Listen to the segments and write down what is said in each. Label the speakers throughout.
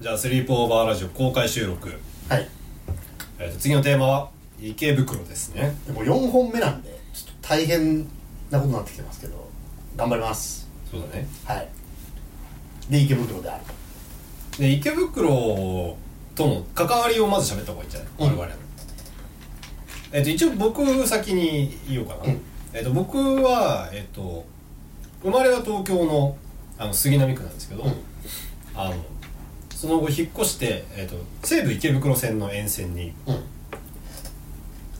Speaker 1: じゃあスリープオーバーラジオ公開収録、
Speaker 2: はい
Speaker 1: えー、と次のテーマは池袋ですね
Speaker 2: でも4本目なんでちょっと大変なことになってきてますけど頑張ります
Speaker 1: そうだね
Speaker 2: はいで池袋である
Speaker 1: で池袋との関わりをまず喋った方がいいんじゃない、
Speaker 2: うん
Speaker 1: 我々のえっ、と一応僕先に言おうかな、
Speaker 2: うん
Speaker 1: えっ、と僕はえっ、と生まれは東京のあの杉並区なんですけど、
Speaker 2: うん
Speaker 1: あのその後引っ越して、えっと西武池袋線の沿線に
Speaker 2: う
Speaker 1: だ
Speaker 2: ん
Speaker 1: か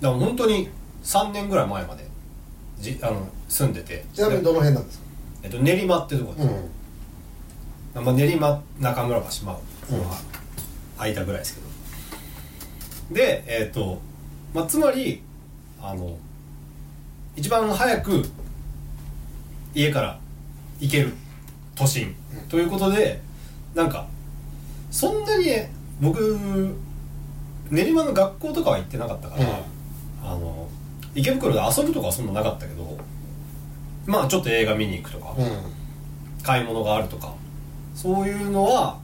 Speaker 1: ら本当に3年ぐらい前までじあの住んでて
Speaker 2: ちなみにどの辺なんですか
Speaker 1: えっと、練馬ってとこです、まあ、練馬中村橋まあこの空いたぐらいですけどでえっ、と、まあ、つまりあの一番早く家から行ける都心ということでなんかそんなに僕練馬の学校とかは行ってなかったから、あの池袋で遊ぶとかはそんななかったけどまあちょっと映画見に行くとか、
Speaker 2: うん
Speaker 1: 買い物があるとかそういうのは、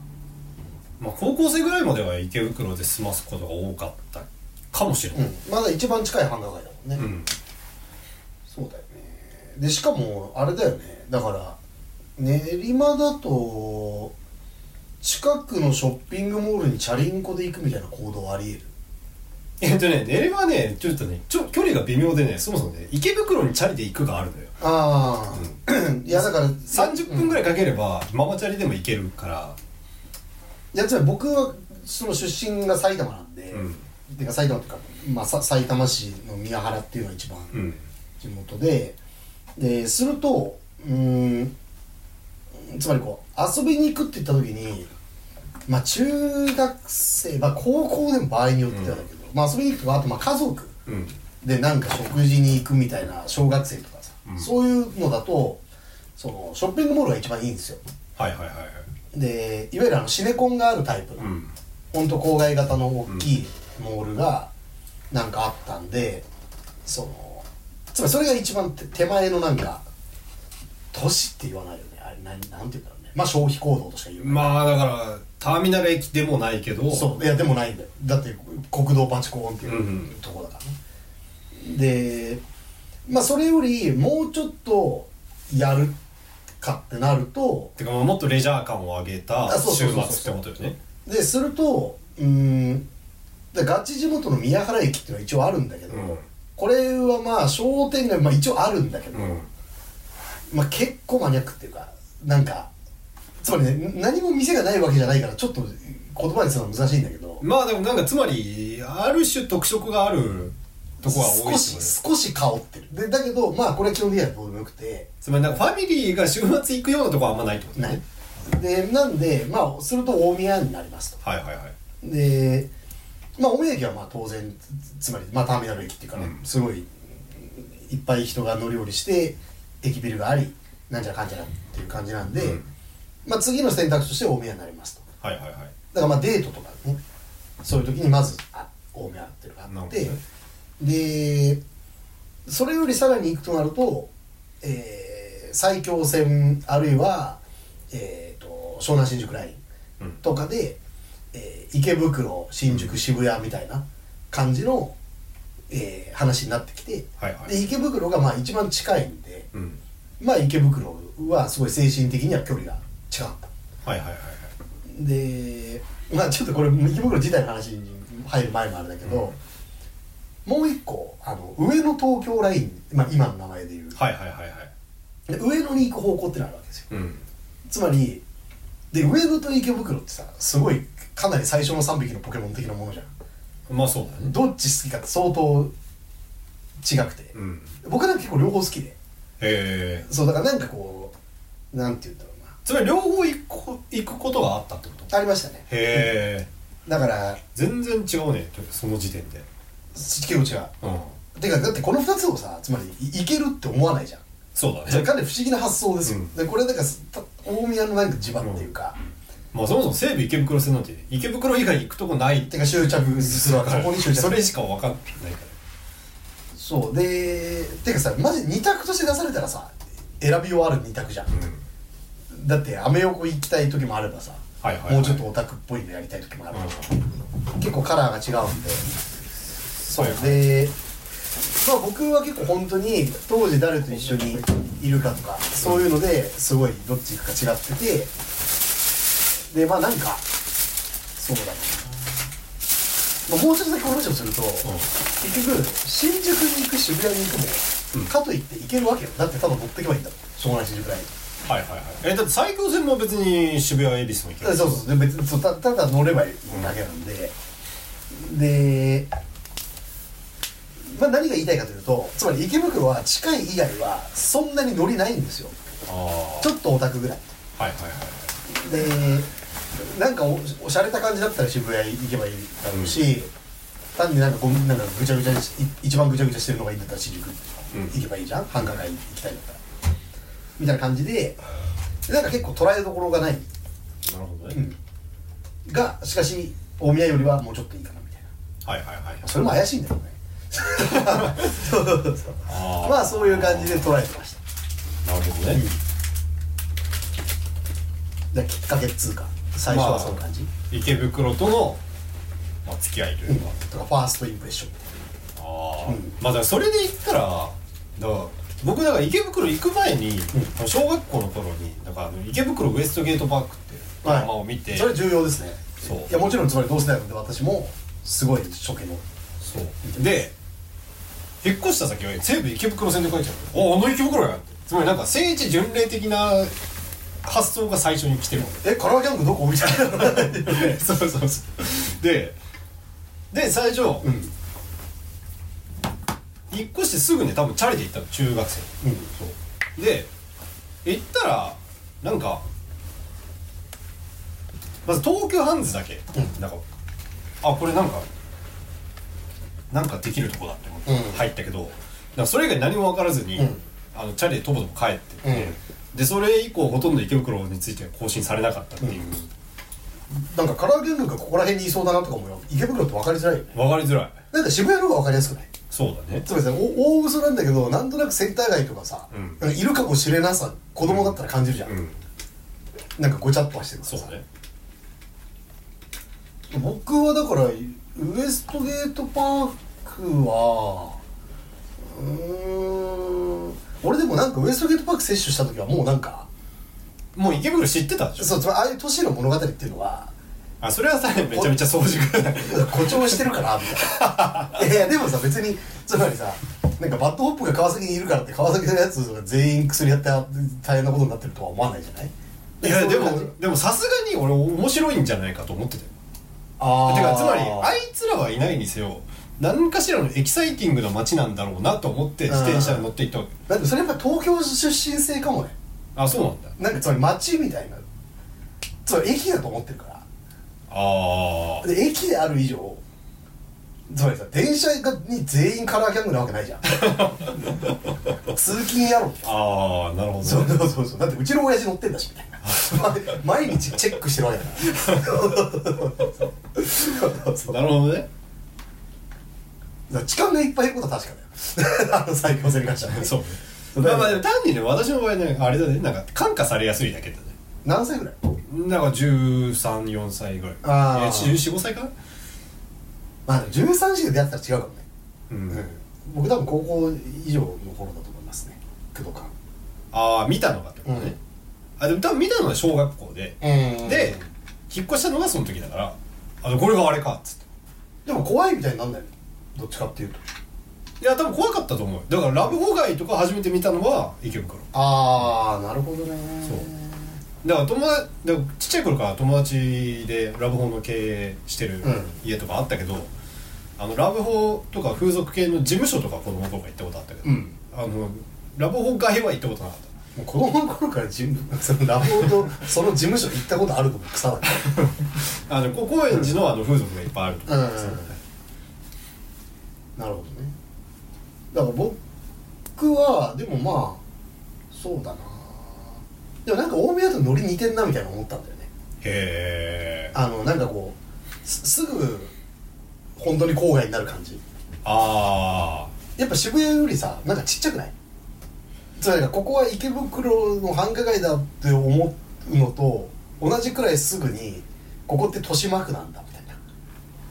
Speaker 1: まあ、高校生ぐらいまでは池袋で済ますことが多かったかもしれない、
Speaker 2: まだ一番近い繁華街だもんね、
Speaker 1: うん
Speaker 2: そうだよねでしかもあれだよねだから練馬だと近くのショッピングモールにチャリンコで行くみたいな行動あり
Speaker 1: えっとね練馬はねちょっとねちょ距離が微妙でねそもそもね池袋にチャリで行くがあるのよ
Speaker 2: 得るああ、いやだから
Speaker 1: 30分ぐ
Speaker 2: らい、
Speaker 1: らいかければママチャリでも行けるから
Speaker 2: いやつまり僕はその出身が埼玉なんで、
Speaker 1: うん
Speaker 2: てか埼玉っていうか、まあ、さ埼玉市の宮原っていうのが一番、
Speaker 1: うん
Speaker 2: 地元ででするとうーんつまりこう遊びに行くって言った時にまあ中学生、まあ、高校でも場合によってはだけど、まあ遊びに行くとかあとまあ家族
Speaker 1: うん
Speaker 2: でなんか食事に行くみたいな小学生とかさ、
Speaker 1: うん
Speaker 2: そういうのだとそのショッピングモールが一番いいんですよ
Speaker 1: はいはいはいはい
Speaker 2: でいわゆるあのシネコンがあるタイプの、
Speaker 1: うん
Speaker 2: ほんと郊外型の大きいモールがなんかあったんで、そのつまりそれが一番手手前のなんか都市って言わないよねあれなんなんて言うんだろうねまあ消費行動としか言う、
Speaker 1: まあだからターミナル駅でもないけど
Speaker 2: そういやでもないんだよだって国道パチコーンって
Speaker 1: うんう
Speaker 2: い
Speaker 1: ん
Speaker 2: うとこだからね、でまあそれよりもうちょっとやるかってなると
Speaker 1: てかまあもっとレジャー感を上げた
Speaker 2: あそうそ
Speaker 1: 週末
Speaker 2: うそうそ
Speaker 1: っ
Speaker 2: う
Speaker 1: てことよね
Speaker 2: でするとうーんだガチ地元の宮原駅っていうのは一応あるんだけど、
Speaker 1: うん
Speaker 2: これはまあ商店街、まあ、一応あるんだけど、
Speaker 1: うん
Speaker 2: まあ、結構マニアックっていうかなんかつまりね何も店がないわけじゃないからちょっと言葉にするのは難しいんだけど
Speaker 1: まあでもなんかつまりある種特色があるとこは多いっ
Speaker 2: 少して
Speaker 1: ことね
Speaker 2: 少し香ってるでだけどまあこれは基本的にはどうでもよくて
Speaker 1: つまりなんかファミリーが週末行くようなとこはあんまないってことね
Speaker 2: ないでなんでまあすると大宮になりますと
Speaker 1: はいはいはい
Speaker 2: でまあ大宮駅はまあ当然つつまり、まあ、ターミナル駅っていうかね、
Speaker 1: うん
Speaker 2: すごいいっぱい人が乗り降りして駅ビルがありなんちゃらかんちゃらっていう感じなんで、
Speaker 1: うん
Speaker 2: まあ、次の選択肢として大宮になりますと
Speaker 1: はいはいはい
Speaker 2: だからまあデートとかねそういう時にまずあ大宮っていうのがあって、
Speaker 1: なるほ
Speaker 2: でそれよりさらに行くとなると、えー埼京線あるいは、えー、と湘南新宿ライン
Speaker 1: うん
Speaker 2: とかで、えー池袋新宿渋谷みたいな感じの、えー話になってきて、
Speaker 1: はいはい
Speaker 2: で池袋がまあ一番近いんで、
Speaker 1: うん
Speaker 2: まあ、池袋はすごい精神的には距離が近かった
Speaker 1: はいはいはいはい
Speaker 2: でまあちょっとこれ池袋自体の話に入る前もあれだけど、もう一個あの上野東京ライン、まあ、今の名前でいう、
Speaker 1: はいはいはいはい
Speaker 2: で上野に行く方向ってのあるわけですよ
Speaker 1: うん
Speaker 2: つまりで上野と池袋ってさすごいかなり最初の3匹のポケモン的なものじゃん
Speaker 1: まあそうだね
Speaker 2: どっち好きかって相当違くて、
Speaker 1: うん
Speaker 2: 僕なんか結構両方好きで
Speaker 1: へえ
Speaker 2: そうだからなんかこうなんて言うんだろう
Speaker 1: つまり両方行くこ行くことがあったってこと
Speaker 2: なありましたね
Speaker 1: へえ
Speaker 2: だから
Speaker 1: 全然違うねその時点で
Speaker 2: 結構違う
Speaker 1: うん
Speaker 2: てかだってこの2つをさつまりいいけるって思わないじゃん
Speaker 1: そうだ
Speaker 2: それ
Speaker 1: ね
Speaker 2: かなり不思議な発想ですよ、
Speaker 1: うん
Speaker 2: でこれだからた大宮のなんか地盤っていうか、
Speaker 1: まあそもそも西武池袋線なんて池袋以外行くとこない
Speaker 2: てか執着するわけそこに執着
Speaker 1: それしか分かんないから
Speaker 2: そうでてかさマジ2択として出されたらさ選び終わる2択じゃん、だってアメ横行きたい時もあればさ
Speaker 1: はいはいはい
Speaker 2: もうちょっとオタクっぽいのやりたい時もある、結構カラーが違うんで
Speaker 1: そうやね
Speaker 2: で、まあ、僕は結構本当に当時誰と一緒にいるかとかそういうのですごいどっち行くか違っててでまあなんかそうだな、まあ、もうちょっとだけ話をすると、結局新宿に行く渋谷に行くも、
Speaker 1: うん
Speaker 2: かといって行けるわけよだってただ乗ってけばいいんだもんしょうがない新宿ライン
Speaker 1: はいはいはいえだって埼京線も別に渋谷恵比寿も行け
Speaker 2: そう
Speaker 1: る
Speaker 2: そうそうで別にそうたただ乗ればいいだけなんで、で、まあ、何が言いたいかというとつまり池袋は近い以外はそんなに乗りないんですよ
Speaker 1: ああ
Speaker 2: ちょっとオタクぐらい
Speaker 1: はいはいはい
Speaker 2: でなんかおおしゃれた感じだったら渋谷行けばいいだろうし、単になんかごみなんかぐちゃぐちゃにしい一番ぐちゃぐちゃしてるのがいいんだったら新宿
Speaker 1: うん
Speaker 2: 行けばいいじゃん、繁華街行きたいんだったらみたいな感じででなんか結構捉えどころがない、
Speaker 1: なるほどね、
Speaker 2: うん、がしかし大宮よりはもうちょっといいかなみたいな
Speaker 1: はいはいはい
Speaker 2: それも怪しいんだよねそうそうそう
Speaker 1: あー
Speaker 2: まあそういう感じで捉えてました
Speaker 1: なるほどね、
Speaker 2: できっかけっつうか最初はその感じ、
Speaker 1: 池袋との、まあ、付き合いというか、
Speaker 2: とかファーストインプレッション
Speaker 1: ああ、
Speaker 2: うん
Speaker 1: まあだからそれで言ったらだから僕だから池袋行く前に、小学校の頃にだからあの池袋ウエストゲートパークっていうドラマを見て、
Speaker 2: それ重要ですね
Speaker 1: そう
Speaker 2: やもちろんつまり同世代なんで私もすごい初見の
Speaker 1: そうで引っ越した先は西武池袋線で書いてあるおあの池袋やってつまりなんか聖地巡礼的な発想が最初に来てるわけ
Speaker 2: えカラーギャングどこみたいな
Speaker 1: そうそうそうでで最初、
Speaker 2: うん
Speaker 1: 引っ越してすぐね多分チャリで行ったの中学生
Speaker 2: うん
Speaker 1: そうで行ったらなんかまず東急ハンズだけ、
Speaker 2: うん
Speaker 1: なんかあこれなんかなんかできるとこだって思って
Speaker 2: うん
Speaker 1: 入ったけど、なんかそれ以外何も分からずに、
Speaker 2: うん
Speaker 1: あのチャリでとぼとぼ帰ってって、でそれ以降ほとんど池袋については更新されなかったっていう、
Speaker 2: なんかカラーギャングがここら辺にいそうだなとか思うよ池袋って分かりづらいよね
Speaker 1: 分かりづらい
Speaker 2: なんか渋谷の方が分かりやすくない
Speaker 1: そうだね
Speaker 2: つまりさお大嘘なんだけどなんとなくセンター街とかさ、
Speaker 1: うん
Speaker 2: なんかいるかもしれなさ子供だったら感じるじゃん、
Speaker 1: うん
Speaker 2: なんかごちゃっとはしてるか
Speaker 1: そ
Speaker 2: ら
Speaker 1: う
Speaker 2: さ
Speaker 1: だね
Speaker 2: 僕はだからウエストゲートパークはうーん俺でもなんかウエストゲートパーク接種した時はもうなんか
Speaker 1: もう池袋知ってたでしょ
Speaker 2: そうつまりああいう都市の物語っていうのは
Speaker 1: あそれはさめちゃめちゃ早熟だね
Speaker 2: 誇張してるからみ たいないやいやでもさ別につまりさなんかバッドホップが川崎にいるからって川崎のやつが全員薬やって大変なことになってるとは思わないじゃない
Speaker 1: いや
Speaker 2: そう
Speaker 1: で
Speaker 2: う
Speaker 1: も
Speaker 2: 感じ
Speaker 1: でもさすがに俺面白いんじゃないかと思ってたよ
Speaker 2: あー
Speaker 1: てかつまりあいつらはいないにせよ何かしらのエキサイティングな街なんだろうなと思って自転車に乗っていったわけ
Speaker 2: だってそれやっぱ東京出身性かもね
Speaker 1: あそうなんだ
Speaker 2: なんかつまり街みたいなつまり駅だと思ってるから
Speaker 1: ああ
Speaker 2: で駅である以上つまりさ電車がに全員カラーギャングなわけないじゃん 通勤やろ
Speaker 1: ああなるほど
Speaker 2: そう
Speaker 1: ね
Speaker 2: そうそうそうだってうちの親父乗ってんだしみたいな 毎日チェックしてるわけだからそうそう
Speaker 1: なるほど ね
Speaker 2: だから痴漢がいっぱいいることは確かだよ あの最強戦に関してはね
Speaker 1: そう
Speaker 2: だ
Speaker 1: まあ
Speaker 2: から
Speaker 1: まあでも単にね私の場合ねあれだねなんか感化されやすいだけだね
Speaker 2: 何歳ぐらい
Speaker 1: なんか134歳ぐらい
Speaker 2: あー
Speaker 1: いや1415歳か
Speaker 2: まあ13歳で出会ったら違うかもね
Speaker 1: うん、
Speaker 2: 僕多分高校以上の頃だと思いますね工藤
Speaker 1: ああ見たのがってことね、あでも多分見たのは小学校で、
Speaker 2: 官
Speaker 1: で
Speaker 2: で
Speaker 1: 引っ越したのがその時だからあこれがあれかっつって
Speaker 2: でも怖いみたいになんだよねどっちかっていうと
Speaker 1: いや多分怖かったと思うよだからラブホガイとか初めて見たのは池袋
Speaker 2: ああなるほどね
Speaker 1: そうだから友達だからちっちゃい頃から友達でラブホの経営してる
Speaker 2: うん
Speaker 1: 家とかあったけど、あのラブホとか風俗系の事務所とか子供の頃から行ったことあったけど、
Speaker 2: うん
Speaker 1: あのラブホ外は行ったことなかった
Speaker 2: もう子供の頃から事務そのラボとその事務所行ったことあるとも草だか
Speaker 1: あのこ高円寺のあの風俗がいっぱいあるとか、
Speaker 2: らうんなるほどねだから僕はでもまあそうだなでもなんか大宮とノリ似てんなみたいな思ったんだよね
Speaker 1: へえ
Speaker 2: あのなんかこうすすぐ本当に郊外になる感じ
Speaker 1: あ
Speaker 2: やっぱ渋谷よりさなんかちっちゃくないつまりなんかここは池袋の繁華街だって思うのと同じくらいすぐにここって豊島区なんだみたいな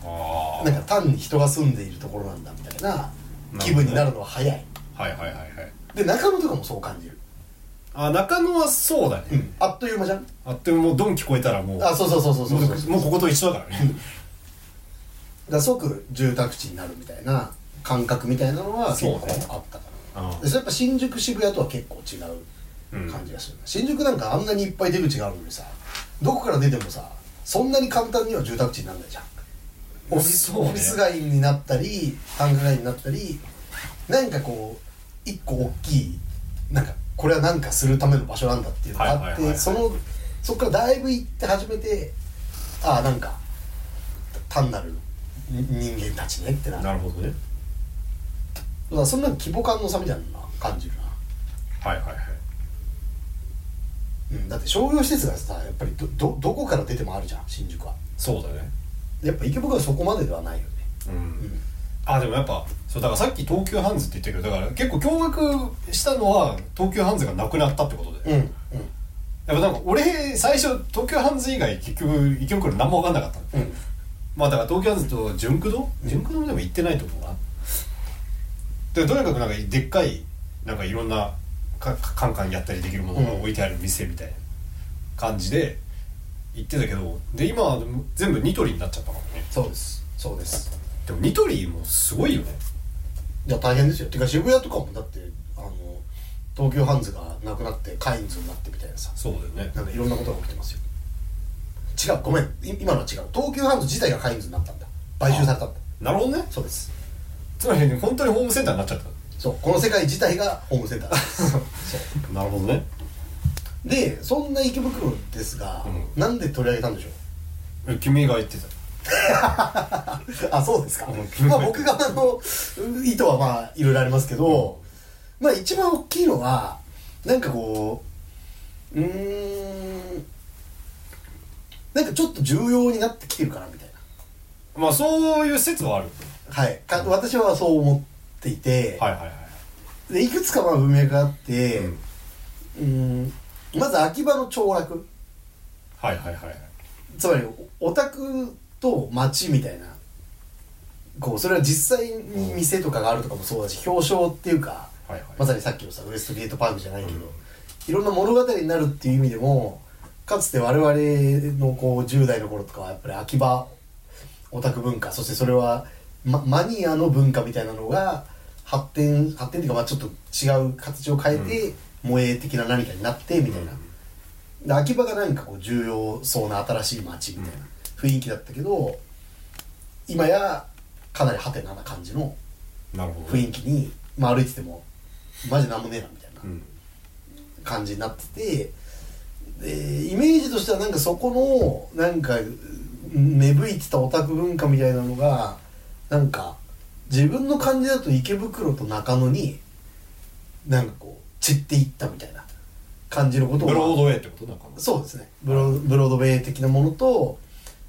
Speaker 1: ああ
Speaker 2: なんか単に人が住んでいるところなんだみたいな気分になるのは早い
Speaker 1: はいはいはいはい
Speaker 2: で中野とかもそう感じる、
Speaker 1: あ中野はそうだね、
Speaker 2: うん、あっという間じゃん
Speaker 1: あってももうドン聞こえたらもう
Speaker 2: あそうそうそうそうそうそう
Speaker 1: もうここと一緒だから ね
Speaker 2: だから即住宅地になるみたいな感覚みたいなのは結構
Speaker 1: そうね
Speaker 2: あったから
Speaker 1: あ
Speaker 2: でそれやっぱ新宿渋谷とは結構違う感じがする、新宿なんかあんなにいっぱい出口があるのにさどこから出てもさそんなに簡単には住宅地にならないじゃんオフィス,、
Speaker 1: そうね
Speaker 2: オフィス街になったり繁華街になったり何かこう一個大きいなんかこれは何かするための場所なんだっていうのがあって、
Speaker 1: はいはいはいはい
Speaker 2: そのそこからだいぶ行って初めてああなんか単なる人間たちねってなる
Speaker 1: なるほどね
Speaker 2: だからそんな規模感の差みたいなのは感じるな
Speaker 1: はいはいはい
Speaker 2: うん、だって商業施設がさやっぱりどどどこから出てもあるじゃん新宿は
Speaker 1: そうだね
Speaker 2: やっぱ池袋はそこまでではないよね
Speaker 1: うん、あでもやっぱそうだからさっき東急ハンズって言ったけどだから結構驚愕したのは東急ハンズがなくなったってことで、
Speaker 2: うんうん
Speaker 1: やっぱなんか俺最初東急ハンズ以外結局池袋何も分かんなかったの、
Speaker 2: うん
Speaker 1: まあだから東京ハンズと純駆動純駆動でも行ってないと思うな、でとにかくなんかでっかいなんかいろんなかカンカンやったりできるものが置いてある店みたいな感じで行ってたけどで今は全部ニトリになっちゃったからね
Speaker 2: そうですそうです
Speaker 1: でもニトリもすごいよね
Speaker 2: じゃあ大変ですよてか渋谷とかもだってあの東急ハンズがなくなってカインズになってみたいなさ
Speaker 1: そうだよね
Speaker 2: なんかいろんなことが起きてますよ違うごめんい今のは違う東急ハンズ自体がカインズになったんだ買収されたんだ
Speaker 1: なるほどね
Speaker 2: そうです
Speaker 1: つまりね本当にホームセンターになっちゃっ
Speaker 2: そうこの世界自体がホームセンターです そう
Speaker 1: たなるほどね
Speaker 2: でそんな池袋ですが、
Speaker 1: う
Speaker 2: なんで取り上げたんでしょう
Speaker 1: え君が言ってた
Speaker 2: あそうですか
Speaker 1: う、ん
Speaker 2: まあ、僕側のうん意図はまあいろいろありますけど、まあ一番大きいのはなんかこううーんなんかちょっと重要になってきてるかなみたい
Speaker 1: まあそういう説はある
Speaker 2: なはいか私はそう思っていて、
Speaker 1: はいはいはい
Speaker 2: い、でいくつかまあ文明があって、
Speaker 1: うん
Speaker 2: うーんまず秋葉の凋落
Speaker 1: はいはいはいはい
Speaker 2: つまりオタクと街みたいなこうそれは実際に店とかがあるとかもそうだし表彰っていうか
Speaker 1: はいはい
Speaker 2: まさにさっきのさウエストゲートパークじゃないけど、いろんな物語になるっていう意味でもかつて我々のこう10代の頃とかはやっぱり秋葉オタク文化そしてそれは、まマニアの文化みたいなのが発展発展っていうか、まあ、ちょっと違う形を変えて、萌え的な何かになってみたいな、で秋葉が何かこう重要そうな新しい街みたいな雰囲気だったけど今やかなりハテナな感じの
Speaker 1: なるほど
Speaker 2: 雰囲気に、まあ、歩いててもマジなんもねえなみたいな
Speaker 1: うん
Speaker 2: 感じになっててでイメージとしてはなんかそこのなんかうん芽吹いてたオタク文化みたいなのがなんか自分の感じだと池袋と中野になんかこう散っていったみたいな感じのことを
Speaker 1: ブロードウェイってことなんかな
Speaker 2: そうですねブロブロードウェイ的なものと、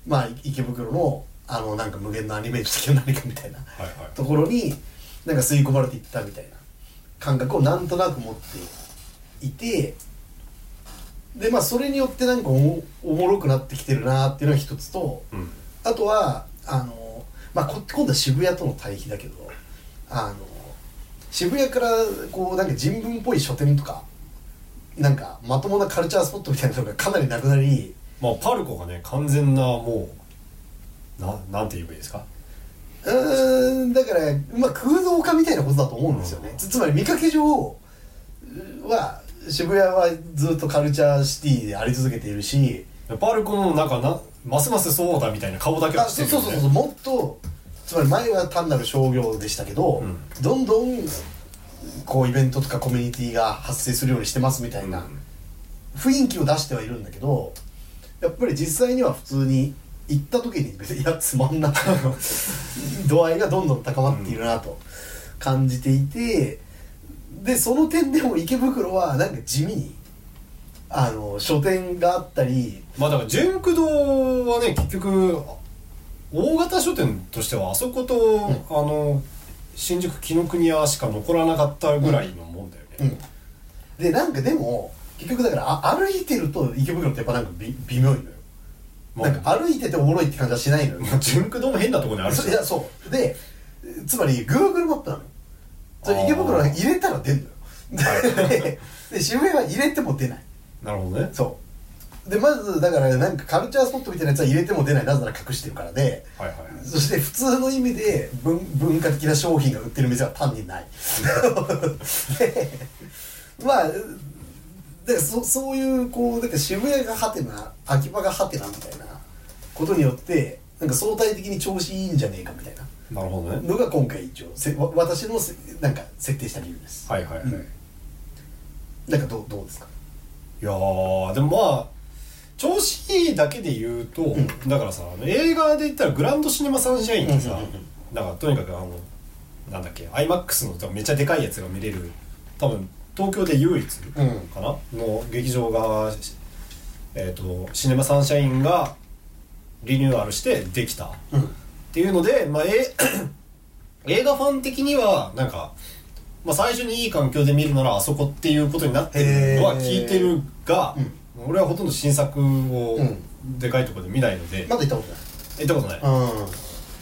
Speaker 2: まあ、池袋のあのなんか無限のアニメーション的な何かみたいな
Speaker 1: はいはい
Speaker 2: ところになんか吸い込まれていったみたいな感覚をなんとなく持っていてでまあそれによってなんかおもおもろくなってきてるなっていうのが一つと
Speaker 1: うん
Speaker 2: あとはあの、まあ、こ今度は渋谷との対比だけどあの渋谷からこうなんか人文っぽい書店とかなんかまともなカルチャースポットみたいなのがかなりなくなり
Speaker 1: まあパルコがね完全なもうななんて言えばいいですか
Speaker 2: うーんだから、まあ、空洞化みたいなことだと思うんですよね、つつまり見かけ上は渋谷はずっとカルチャーシティであり続けているし
Speaker 1: パルコの中なますますそうだみたいな顔だけは
Speaker 2: あ
Speaker 1: して
Speaker 2: そう
Speaker 1: る
Speaker 2: そ
Speaker 1: よ
Speaker 2: う
Speaker 1: ね
Speaker 2: そうそうもっとつまり前は単なる商業でしたけど、
Speaker 1: うん
Speaker 2: どんどんこうイベントとかコミュニティが発生するようにしてますみたい
Speaker 1: ん
Speaker 2: な、雰囲気を出してはいるんだけどやっぱり実際には普通に行った時に別にいやつまんな 度合いがどんどん高まっているなと感じていてでその点でも池袋はなんか地味にあの書店があったり
Speaker 1: まあだから純駆堂はね結局大型書店としてはあそこと、あの新宿紀ノ国屋しか残らなかったぐらいのもんだよね、
Speaker 2: でなんかでも結局だからあ歩いてると池袋ってやっぱなんかび微妙いのよ
Speaker 1: まあ
Speaker 2: なんか歩いてておもろいって感じはしないのよ
Speaker 1: まあ、ジュンク堂も変なところにあるし
Speaker 2: そういやそうでつまり Google マップなのよそ
Speaker 1: あ
Speaker 2: れ
Speaker 1: ー
Speaker 2: 池袋に入れたら出んの
Speaker 1: は
Speaker 2: よ
Speaker 1: い
Speaker 2: でで渋谷は入れても出ない
Speaker 1: なるほどね
Speaker 2: そうでまずだからなんかカルチャースポットみたいなやつは入れても出ないなぜなら隠してるからで
Speaker 1: はいはいはい
Speaker 2: そして普通の意味で文文化的な商品が売ってる店は単にない でまあでそそういうこうなんか渋谷がハテナ秋葉がハテナみたいなことによってなんか相対的に調子いいんじゃねえかみたいな
Speaker 1: なるほどね
Speaker 2: のが今回一応せわ私のせなんか設定した理由です、
Speaker 1: はいはいはい、
Speaker 2: うんなんかどうどうですか
Speaker 1: いやーでもまあ調子いいだけで言うと、
Speaker 2: ん
Speaker 1: だからさあの映画で言ったらグランドシネマサンシャインってさ、
Speaker 2: うんうんうんうん
Speaker 1: なんかとにかくあのなんだっけ iMAX の多分めっちゃでかいやつが見れる多分東京で唯一
Speaker 2: うん
Speaker 1: かな、の劇場が、えー、とシネマサンシャインがリニューアルしてできたっ
Speaker 2: うん
Speaker 1: ていうので、まあ、え 映画ファン的にはなんか、まあ、最初にいい環境で見るならあそこっていうことになってるのは聞いてるが、俺はほとんど新作を
Speaker 2: うん
Speaker 1: でかいところで見ないので、
Speaker 2: まだ行ったことない
Speaker 1: 行ったことない、
Speaker 2: うん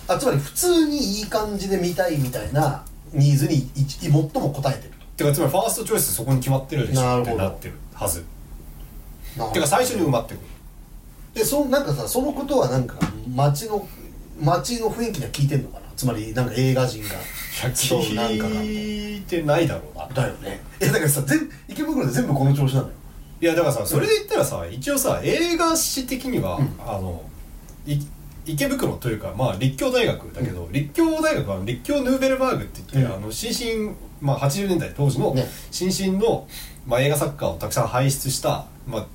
Speaker 2: あつまり普通にいい感じで見たいみたいなニーズにい最も応えてる
Speaker 1: てかつまりファーストチョイスそこに決まってるでし
Speaker 2: なる
Speaker 1: ょ
Speaker 2: ほ
Speaker 1: っ
Speaker 2: ど
Speaker 1: てなってるはず
Speaker 2: と
Speaker 1: てか最初に埋まってくる
Speaker 2: でそなんかさそのことはなんか街の街の雰囲気には聞いてんのかなつまりなんか映画人が
Speaker 1: いや
Speaker 2: そうなんかがい
Speaker 1: 聞いてないだろうな
Speaker 2: だよねいやだからさ全部池袋で全部この調子なのよ
Speaker 1: いやだからさそれで言ったらさ一応さ映画史的には、あのい池袋というかまあ立教大学だけど、立教大学は立教ヌーベルバーグって言って、
Speaker 2: うん
Speaker 1: あの新進まあ80年代当時の
Speaker 2: ね
Speaker 1: 新進の、まあ、映画作家をたくさん輩出した、まあ、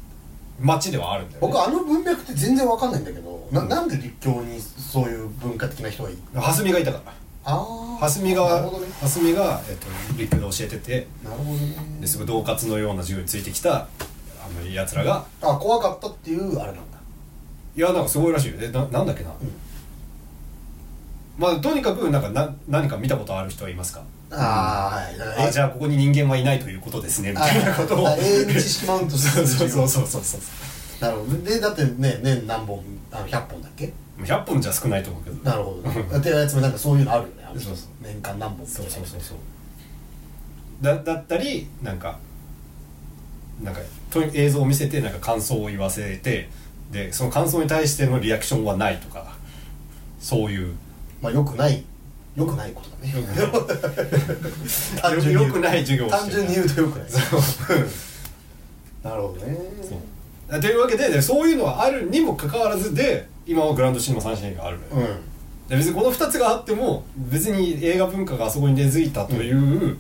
Speaker 1: 町ではあるんだよ、ね、
Speaker 2: 僕あの文脈って全然わかんないんだけどな
Speaker 1: うん
Speaker 2: なんで立教にそういう文化的な人がいい
Speaker 1: 蓮見がいたから
Speaker 2: あ
Speaker 1: 蓮見
Speaker 2: な
Speaker 1: が
Speaker 2: るほどね
Speaker 1: 蓮見が、えっと立教で教えてて
Speaker 2: なるほどね
Speaker 1: ですごい恫喝のような授業についてきたあのやつらが
Speaker 2: あ怖かったっていうあれなんだ
Speaker 1: いやなんかすごいらしいよねななんだっけな、まあとにかくなんかな何か見たことある人はいますか
Speaker 2: あーはいだから
Speaker 1: あじゃあここに人間はいないということですねみたいなことを
Speaker 2: あ永遠に知識マウントす
Speaker 1: そう
Speaker 2: る
Speaker 1: そうそうそうそうそう
Speaker 2: なるほどでだってね年何本あの100本だっけ
Speaker 1: 100本じゃ少ないと思うけど
Speaker 2: なるほどねってやつもなんかそういうのあるよねあの
Speaker 1: そうそう
Speaker 2: 年間何本みた
Speaker 1: そ
Speaker 2: いうな
Speaker 1: そうそうそうだだったりなんかなんかとに映像を見せてなんか感想を言わせてでその感想に対してのリアクションはないとかそういう
Speaker 2: まあよくないよくないことだね
Speaker 1: よく
Speaker 2: 単純に言う
Speaker 1: よくない授業をしてる
Speaker 2: 単純に言うとよくない
Speaker 1: そう
Speaker 2: なるほどね
Speaker 1: そうというわけででそういうのはあるにもかかわらずで今はグランドシーンの三振があるのよ、
Speaker 2: うん
Speaker 1: で別にこの2つがあっても別に映画文化があそこに根付いたという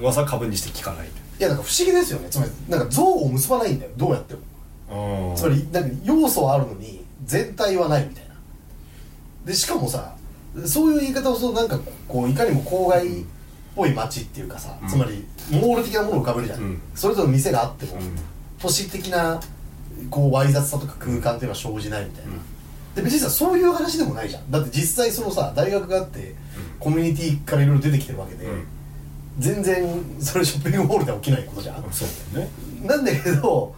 Speaker 1: 噂株にして聞かない
Speaker 2: いやなんか不思議ですよねつまりなんか像を結ばないんだよどうやっても
Speaker 1: うん
Speaker 2: つまりなんか要素はあるのに全体はないみたいなでしかもさそういう言い方をするとなんかこういかにも郊外っぽい街っていうかさ、
Speaker 1: うん
Speaker 2: つまりモール的なものを浮かべるじゃん、
Speaker 1: うん
Speaker 2: それぞれの店があっても、
Speaker 1: うん
Speaker 2: 都市的なこうわい雑さとか空間っていうのは生じないみたいな、
Speaker 1: うん
Speaker 2: で別にさそういう話でもないじゃんだって実際そのさ大学があって、コミュニティからいろいろ出てきてるわけで、
Speaker 1: うん
Speaker 2: 全然それショッピングモールでは起きないことじゃん
Speaker 1: そうだよね
Speaker 2: なんだけど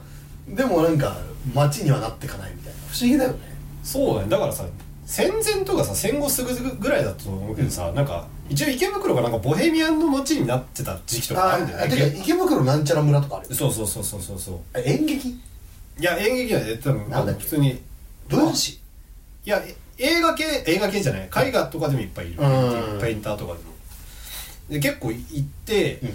Speaker 2: でもなんか街にはなってかないみたいな不思議だよね
Speaker 1: そうだねだからさ戦前とかさ戦後すぐぐらいだと思うけどさ、なんか一応池袋がなんかボヘミアンの街になってた時期とかあ
Speaker 2: あ
Speaker 1: るんだ
Speaker 2: あ
Speaker 1: よ
Speaker 2: てか
Speaker 1: ね
Speaker 2: 池袋なんちゃら村とかあるよ
Speaker 1: そうそうそうそうそうそう
Speaker 2: え演劇
Speaker 1: いや演劇はね多分
Speaker 2: なんだっけ
Speaker 1: 普通に
Speaker 2: 分子
Speaker 1: いやえ映画系映画系じゃない絵画とかでもいっぱいいる
Speaker 2: うん
Speaker 1: ペインターとかでもで結構行って、
Speaker 2: うん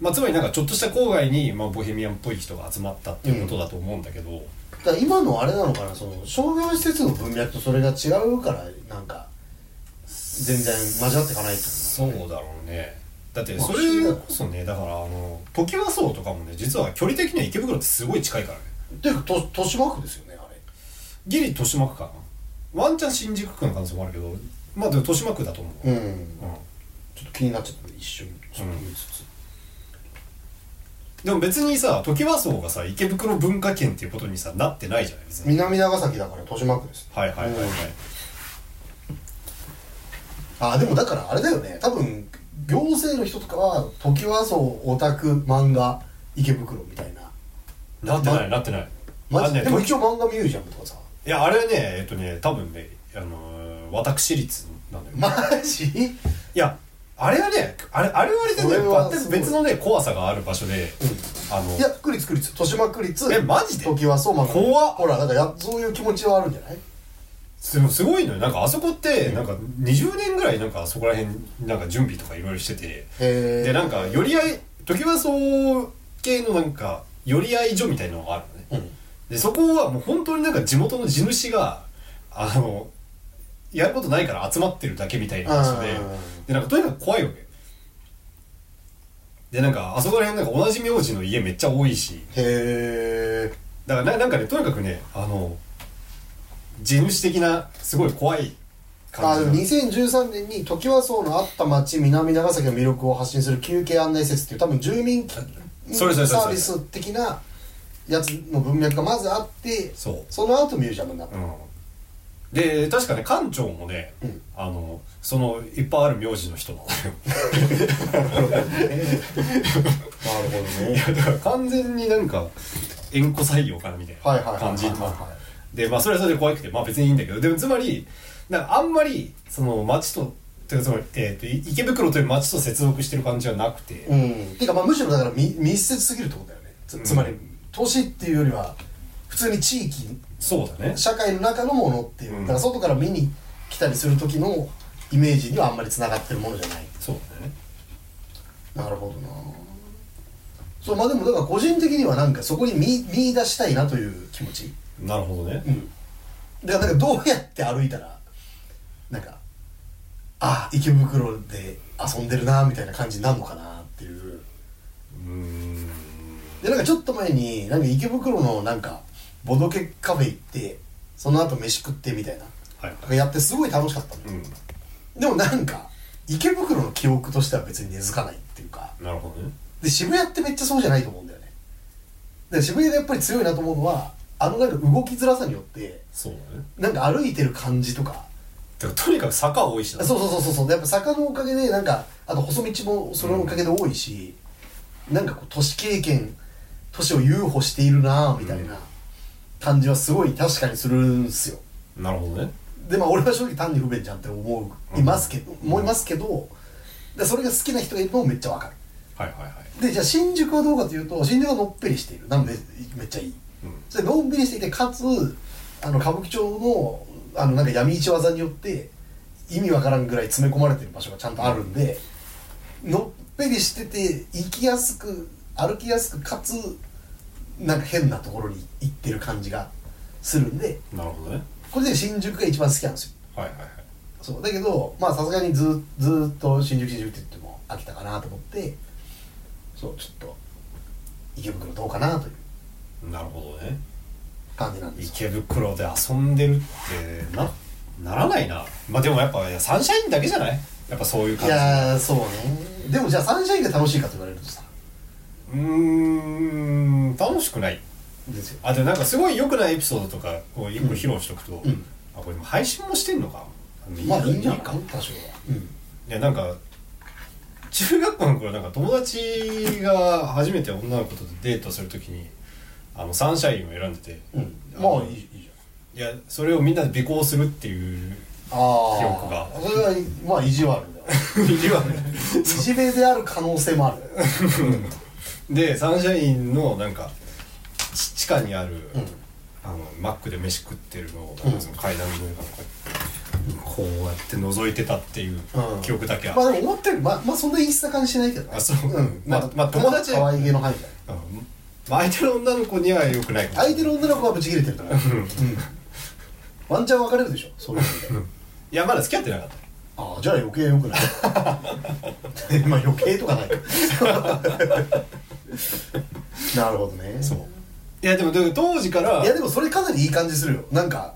Speaker 1: まあ、つまりなんかちょっとした郊外に、まあ、ボヘミアンっぽい人が集まったっていうことだと思うんだけど、
Speaker 2: だから今のあれなのかなその商業施設の文脈とそれが違うからなんか全然交わってかないってこと
Speaker 1: そうだろうねだって
Speaker 2: まあ
Speaker 1: それこそねだからあのトキワ荘とかもね実は距離的には池袋ってすごい近いからね
Speaker 2: っていうかと豊島区ですよねあれ
Speaker 1: ギリ豊島区かなワンチャン新宿区の可能性もあるけどまあでも豊島区だと思う、
Speaker 2: うん
Speaker 1: うん
Speaker 2: ちょっと気になっちゃったんで一瞬ちょっと見つつ、
Speaker 1: でも別にさトキワ荘がさ池袋文化圏っていうことにさなってないじゃない別に
Speaker 2: 南長崎だから豊島区です
Speaker 1: はいはいはいはい、
Speaker 2: うんあでもだからあれだよね多分行政の人とかは常盤荘オタク漫画池袋みたいな
Speaker 1: なってないなってない
Speaker 2: マ
Speaker 1: あ
Speaker 2: ジ
Speaker 1: ね
Speaker 2: でも一応漫画ミュージアムとかさ
Speaker 1: いやあれはねえっとね多分ねあのー私立なんだよ、
Speaker 2: マジ
Speaker 1: いやあれはねあれあれはあれで
Speaker 2: そ
Speaker 1: ね
Speaker 2: れは
Speaker 1: また
Speaker 2: すごい
Speaker 1: 別のね怖さがある場所で、あの
Speaker 2: いや区立区立豊島区立
Speaker 1: えマジで
Speaker 2: 時はそう漫画
Speaker 1: 怖っ
Speaker 2: ほらなんかやそういう気持ちはあるんじゃない
Speaker 1: でもすごいのよなんかあそこってなんか20年ぐらいなんかそこら辺なんか準備とかいろいろしてて
Speaker 2: へー
Speaker 1: でなんか寄り合い時はそう系のなんか寄り合い所みたいなのがあるのね、
Speaker 2: うん
Speaker 1: でそこはもう本当になんか地元の地主があのやることないから集まってるだけみたいな場所で
Speaker 2: うん
Speaker 1: でなんかとにかく怖いわけでなんかあそこら辺なんか同じ名字の家めっちゃ多いし
Speaker 2: へえ
Speaker 1: だからななんかねとにかくねあの地主的なすごい怖い
Speaker 2: あ
Speaker 1: 感
Speaker 2: で
Speaker 1: じ
Speaker 2: も
Speaker 1: の
Speaker 2: 2013年に時はそうのあった町南長崎の魅力を発信する休憩案内施設っていう多分住民サ
Speaker 1: それそれそれそれ
Speaker 2: ービス的なやつの文脈がまずあって
Speaker 1: そう
Speaker 2: その後ミュージア ムになった、
Speaker 1: うんで確かね館長もね、
Speaker 2: うん
Speaker 1: あのそのいっぱいある名字の人なのよ
Speaker 2: なるほど
Speaker 1: いやだから 完全になんか縁故採用かなみたい
Speaker 2: はい
Speaker 1: な
Speaker 2: はいはいは
Speaker 1: 感
Speaker 2: い
Speaker 1: じ
Speaker 2: はいは
Speaker 1: でまあそれはそれで怖くてまあ別にいいんだけどでもつまりなんかあんまりその町とてかつまり、えー、とい池袋という町と接続してる感じはなくて、
Speaker 2: うんてかまあむしろだからみ密接すぎるってことだよねつ
Speaker 1: うん
Speaker 2: つまり都市っていうよりは普通に地域
Speaker 1: そうだね
Speaker 2: 社会の中のものっていう、
Speaker 1: うん
Speaker 2: だから外から見に来たりする時のイメージにはあんまりつながってるものじゃない
Speaker 1: そうだね
Speaker 2: なるほどなそうまあでもだから個人的にはなんかそこに見見出したいなという気持ち
Speaker 1: なるほどね、
Speaker 2: うんだからなんかどうやって歩いたらなんかああ池袋で遊んでるなみたいな感じになるのかなっていう
Speaker 1: うーん
Speaker 2: でなんかちょっと前になんか池袋のなんかボドゲカフェ行ってその後飯食ってみたいな
Speaker 1: はい
Speaker 2: なんかやってすごい楽しかったのよ
Speaker 1: うん
Speaker 2: でもなんか池袋の記憶としては別に根付かないっていうか
Speaker 1: なるほどね
Speaker 2: で渋谷ってめっちゃそうじゃないと思うんだよねで渋谷でやっぱり強いなと思うのはあのなんか動きづらさによって
Speaker 1: そうだね
Speaker 2: なんか歩いてる感じとか
Speaker 1: だからとにかく坂多いしな
Speaker 2: そうそうそうそうそうやっぱ坂のおかげでなんかあと細道もそのおかげで多いし、なんかこう都市経験都市を遊歩しているなぁみたいな感じはすごい確かにするんすよ
Speaker 1: なるほどね
Speaker 2: でまあ俺は正直単に不便じゃんって思ういますけど、思いますけどでそれが好きな人がいるのもめっちゃわかる
Speaker 1: はいはいはい
Speaker 2: でじゃあ新宿はどうかというと新宿はのっぺりしているなのでめっちゃいい
Speaker 1: うん
Speaker 2: それのんびりしていてかつあの歌舞伎町のあのなんか闇市技によって意味わからんぐらい詰め込まれてる場所がちゃんとあるんで、のっぺりしてて行きやすく歩きやすくかつなんか変なところに行ってる感じがするんで
Speaker 1: なるほどね
Speaker 2: これで新宿が一番好きなんですよ
Speaker 1: はいはいはい
Speaker 2: そうだけどまあさすがにずずっと新宿新宿って言っても飽きたかなと思ってそうちょっと池袋どうかなという
Speaker 1: なるほどね
Speaker 2: 感じなんですよ
Speaker 1: 池袋で遊んでるってなならないなまあでもやっぱいやサンシャインだけじゃないやっぱそういう
Speaker 2: い
Speaker 1: 感じ
Speaker 2: やーそうねでもじゃあサンシャインが楽しいかと言われるとさ
Speaker 1: うーん楽しくない
Speaker 2: ですよ
Speaker 1: あでもなんかすごい良くないエピソードとかを一個披露しとくと、
Speaker 2: うん
Speaker 1: あこれでも配信もしてんのか
Speaker 2: まあいいんじゃ
Speaker 1: な
Speaker 2: ないいか
Speaker 1: か
Speaker 2: 多少はうん
Speaker 1: いやなんか中学校の頃なんか友達が初めて女の子とデートするときにあのサンシャインを選んでて
Speaker 2: うん
Speaker 1: あ
Speaker 2: ま
Speaker 1: の
Speaker 2: あいいいいじ
Speaker 1: いやそれをみんなで尾行するっていう
Speaker 2: ゃんあ
Speaker 1: 記憶が
Speaker 2: あそれはまあ意地悪 だよ
Speaker 1: 意地悪
Speaker 2: いじめである可能性もある
Speaker 1: でサンシャインのなんか地地下にある、
Speaker 2: うん
Speaker 1: あのマックで飯食ってるのを、
Speaker 2: うん
Speaker 1: その階段の上からこうやってこうやって覗いてたっていう
Speaker 2: うん
Speaker 1: 記憶だけある、
Speaker 2: まあでも思ったよりまあまあそんな言い過ぎな感じしないけどね
Speaker 1: あそうんまあ
Speaker 2: なんか
Speaker 1: まあ友達
Speaker 2: 可愛げの範囲だよ
Speaker 1: うんまあ相手の女の子には良くないかも
Speaker 2: 相手の女の子がブチ切れてるからうんワンチャン別れるでしょそういうので
Speaker 1: いやまだ付き合ってなかった
Speaker 2: ああじゃあ余計良くない まあ余計とかないかなるほどね
Speaker 1: そういやでもでも当時から
Speaker 2: いやでもそれかなりいい感じするよなんか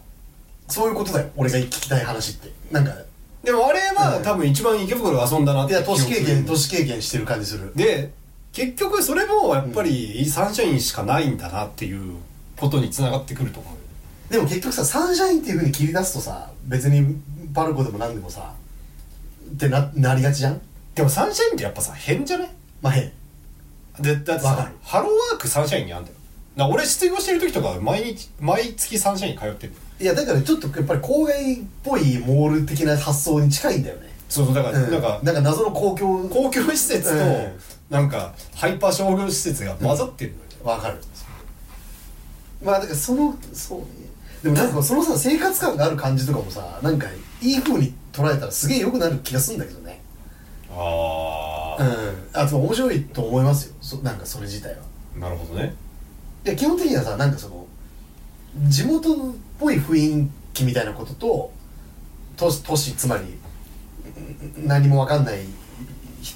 Speaker 2: そういうことだよ俺が聞きたい話ってなんかい
Speaker 1: でもあれは、多分一番池袋で遊んだなって
Speaker 2: や都市経
Speaker 1: 記
Speaker 2: 験
Speaker 1: 憶
Speaker 2: 都市経験してる感じする
Speaker 1: で結局それもやっぱりサンシャインしかないんだなっていうことにつながってくると思うよ
Speaker 2: でも結局さサンシャインっていうふうに切り出すとさ別にパルコでも何でもさってななりがちじゃん
Speaker 1: でもサンシャインってやっぱさ変じゃね
Speaker 2: まあ変
Speaker 1: でだって
Speaker 2: わか
Speaker 1: さ
Speaker 2: る
Speaker 1: ハローワークサンシャインにあんだよな俺失業してる時とか毎日毎月サンシャイン通ってる
Speaker 2: いやだからちょっとやっぱり郊外っぽいモール的な発想に近いんだよね
Speaker 1: そうそうだから、
Speaker 2: うん
Speaker 1: なんか
Speaker 2: なんか謎の公共
Speaker 1: 公共施設と、
Speaker 2: うん
Speaker 1: なんかハイパー商業施設が混ざってるのよ、
Speaker 2: わかるまあだからそのそうねでもなんかそのさ生活感がある感じとかもさなんかいい風に捉えたらすげえ良くなる気がするんだけどね
Speaker 1: あ
Speaker 2: うんあと面白いと思いますよそなんかそれ自体は
Speaker 1: あなるほどね
Speaker 2: いや基本的にはさなんかその地元っぽい雰囲気みたいなことと都市都市つまりん何もわかんないひ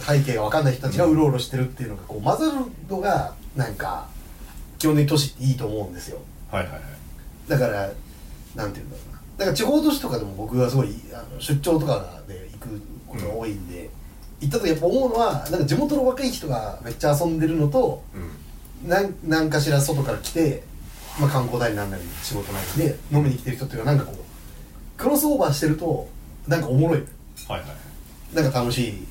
Speaker 2: 背景がわかんない人たちがうろうろしてるっていうのがこう混ざるのがなんか基本的に都市っていいと思うんですよ
Speaker 1: はいはいはい
Speaker 2: だからなんていうんだろうなだから地方都市とかでも僕はすごいあの出張とかで行くことが多いんで、行った時やっぱ思うのはなんか地元の若い人がめっちゃ遊んでるのと
Speaker 1: うん
Speaker 2: なんなんかしら外から来て、まあ、観光代なんなり仕事なりで飲みに来てる人っていうのはなんかこうクロスオーバーしてるとなんかおもろい
Speaker 1: はいはい
Speaker 2: なんか楽しい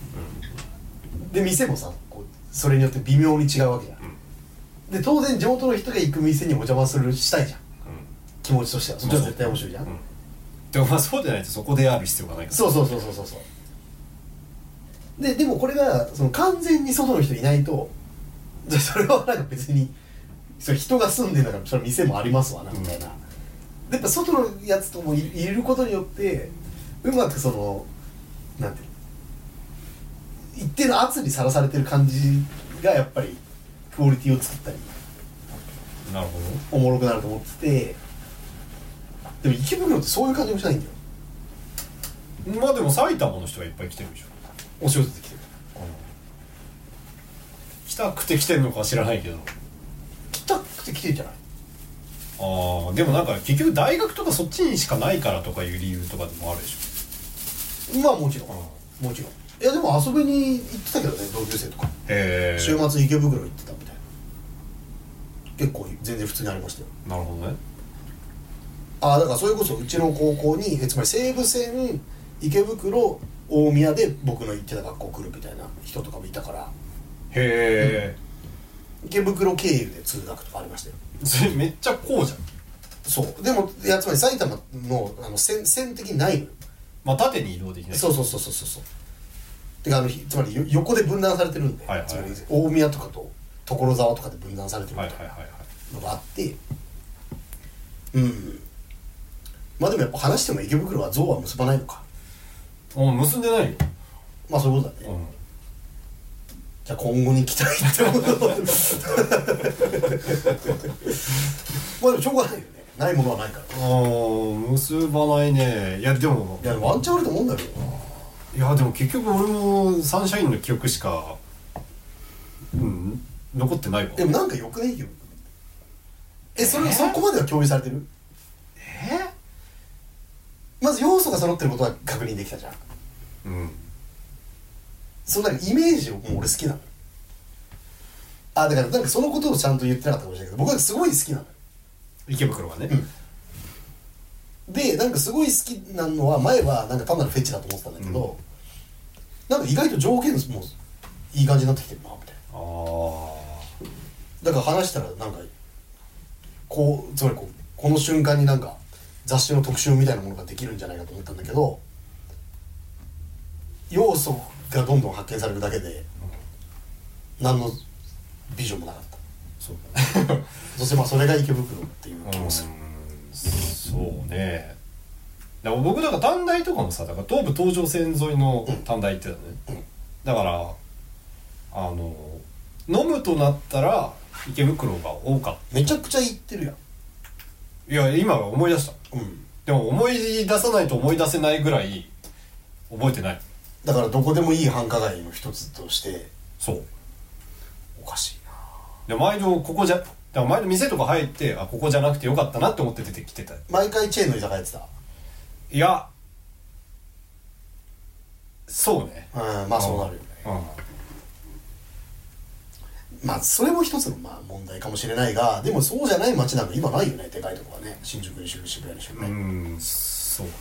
Speaker 2: で店もさこうそれによって微妙に違うわけじゃん
Speaker 1: うん
Speaker 2: で当然地元の人が行く店にお邪魔するしたいじゃん気持ちとしてはそっちは絶対面白いじゃん、
Speaker 1: うんでもまあそうじゃないとそこである必要がないから
Speaker 2: そうそうそうそうそうそうででもこれがその完全に外の人いないとじゃあそれはなんか別にそれ人が住んでんだからそれ店もありますわなみたいな、
Speaker 1: うん
Speaker 2: でやっぱ外のやつともいいることによってうまくそのなんていうの一定の圧にさらされてる感じがやっぱりクオリティを作ったり
Speaker 1: なるほど
Speaker 2: おもろくなると思っててでも池袋ってそういう感じもしないんだよ
Speaker 1: まあでも埼玉の人がいっぱい来てるでしょ
Speaker 2: お仕事で来てる
Speaker 1: 来たくて来てるのかは知らないけど
Speaker 2: 来たくて来てるじゃない
Speaker 1: ああでもなんか結局大学とかそっちにしかないからとかいう理由とかでもあるでし
Speaker 2: まあもちろん、
Speaker 1: ょうん
Speaker 2: もちろんいやでも遊びに行ってたけどね同級生とか、
Speaker 1: へえ
Speaker 2: 週末池袋行ってたみたいな結構全然普通にありましたよ
Speaker 1: なるほどね
Speaker 2: ああだからそれこそうちの高校にえつまり西武線池袋大宮で僕の行ってた学校来るみたいな人とかもいたから
Speaker 1: へえ、
Speaker 2: 池袋経由で通学とかありましたよ
Speaker 1: それめっちゃこうじゃん
Speaker 2: そうでもいやつまり埼玉のあの線線的にないのよ
Speaker 1: まあ縦に移動できない
Speaker 2: そうそうそうそうそうそうてかあのひつまりよ横で分断されてるんで、
Speaker 1: はいはい
Speaker 2: つまり大宮とかと所沢とかで分断されてる
Speaker 1: はい
Speaker 2: み
Speaker 1: はい
Speaker 2: た
Speaker 1: はいいはい
Speaker 2: なのがあって、うんまあでもやっぱ話しても池袋は像は結ばないのか
Speaker 1: もう結んでないよ、
Speaker 2: まあそういうことだね、
Speaker 1: うん
Speaker 2: じゃあ今後に期待って ことだまあでもしょうがないよねないものはないか
Speaker 1: あ
Speaker 2: ら
Speaker 1: あ結ばないねいやでも
Speaker 2: いやでもワンチャンあると思うんだけどない
Speaker 1: やでも結局俺もサンシャインの記憶しかうん残ってないわ
Speaker 2: でもなんかよくないよえそれ、
Speaker 1: えー
Speaker 2: そこまでは共有されてる
Speaker 1: え
Speaker 2: まず要素が揃ってることは確認できたじゃん
Speaker 1: うん
Speaker 2: そのなんかイメージをもう俺好きなのあだからなんかそのことをちゃんと言ってなかったかもしれないけど僕はすごい好きなの
Speaker 1: 池袋がね、
Speaker 2: でなんかすごい好きなのは前はなんか単なるフェチだと思ってたんだけど、なんか意外と条件もいい感じになってきてるなみたい
Speaker 1: ああ
Speaker 2: なだから話したらなんかこうつまりこうこの瞬間になんか雑誌の特集みたいなものができるんじゃないかと思ったんだけど要素がどんどん発見されるだけで何のビジョンもなかった
Speaker 1: そうだ ね
Speaker 2: そしてまあそれが池袋っていう気もする、
Speaker 1: そうねだから僕だから短大とかもさだから東武東上線沿いの短大行ってたのね、
Speaker 2: うん
Speaker 1: だからあの飲むとなったら池袋が多かっ
Speaker 2: めちゃくちゃ行ってるやん
Speaker 1: たいや今思い出した
Speaker 2: うん
Speaker 1: でも思い出さないと思い出せないぐらい覚えてない
Speaker 2: だからどこでもいい繁華街の一つとして
Speaker 1: そう
Speaker 2: おかしい
Speaker 1: で
Speaker 2: な
Speaker 1: 毎度ここじゃだから毎度店とか入ってあここじゃなくてよかったなって思って出てきてた
Speaker 2: 毎回チェーンの居酒屋やってた
Speaker 1: いやそうね
Speaker 2: うんまあそうなるよね
Speaker 1: う
Speaker 2: まあそれも一つのまあ問題かもしれないがでもそうじゃない街なんか今ないよねでかいとこはね新宿にしろ渋谷にしろ
Speaker 1: ん、う
Speaker 2: ね、
Speaker 1: ん、そうね、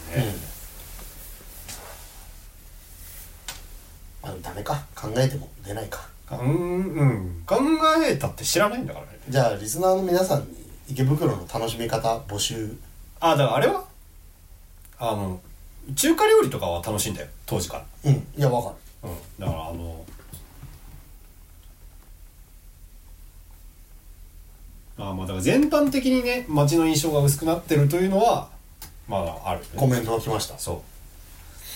Speaker 2: まあダメか考えても出ないか
Speaker 1: かんうん考えたって知らないんだからね
Speaker 2: じゃあリスナーの皆さんに池袋の楽しみ方募集
Speaker 1: あだからあれはあの中華料理とかは楽しいんだよ当時から
Speaker 2: うんいやわかる
Speaker 1: うん、だからあのまあまあだから全般的にね街の印象が薄くなってるというのはまあある、ね、
Speaker 2: コメントが来ました
Speaker 1: そ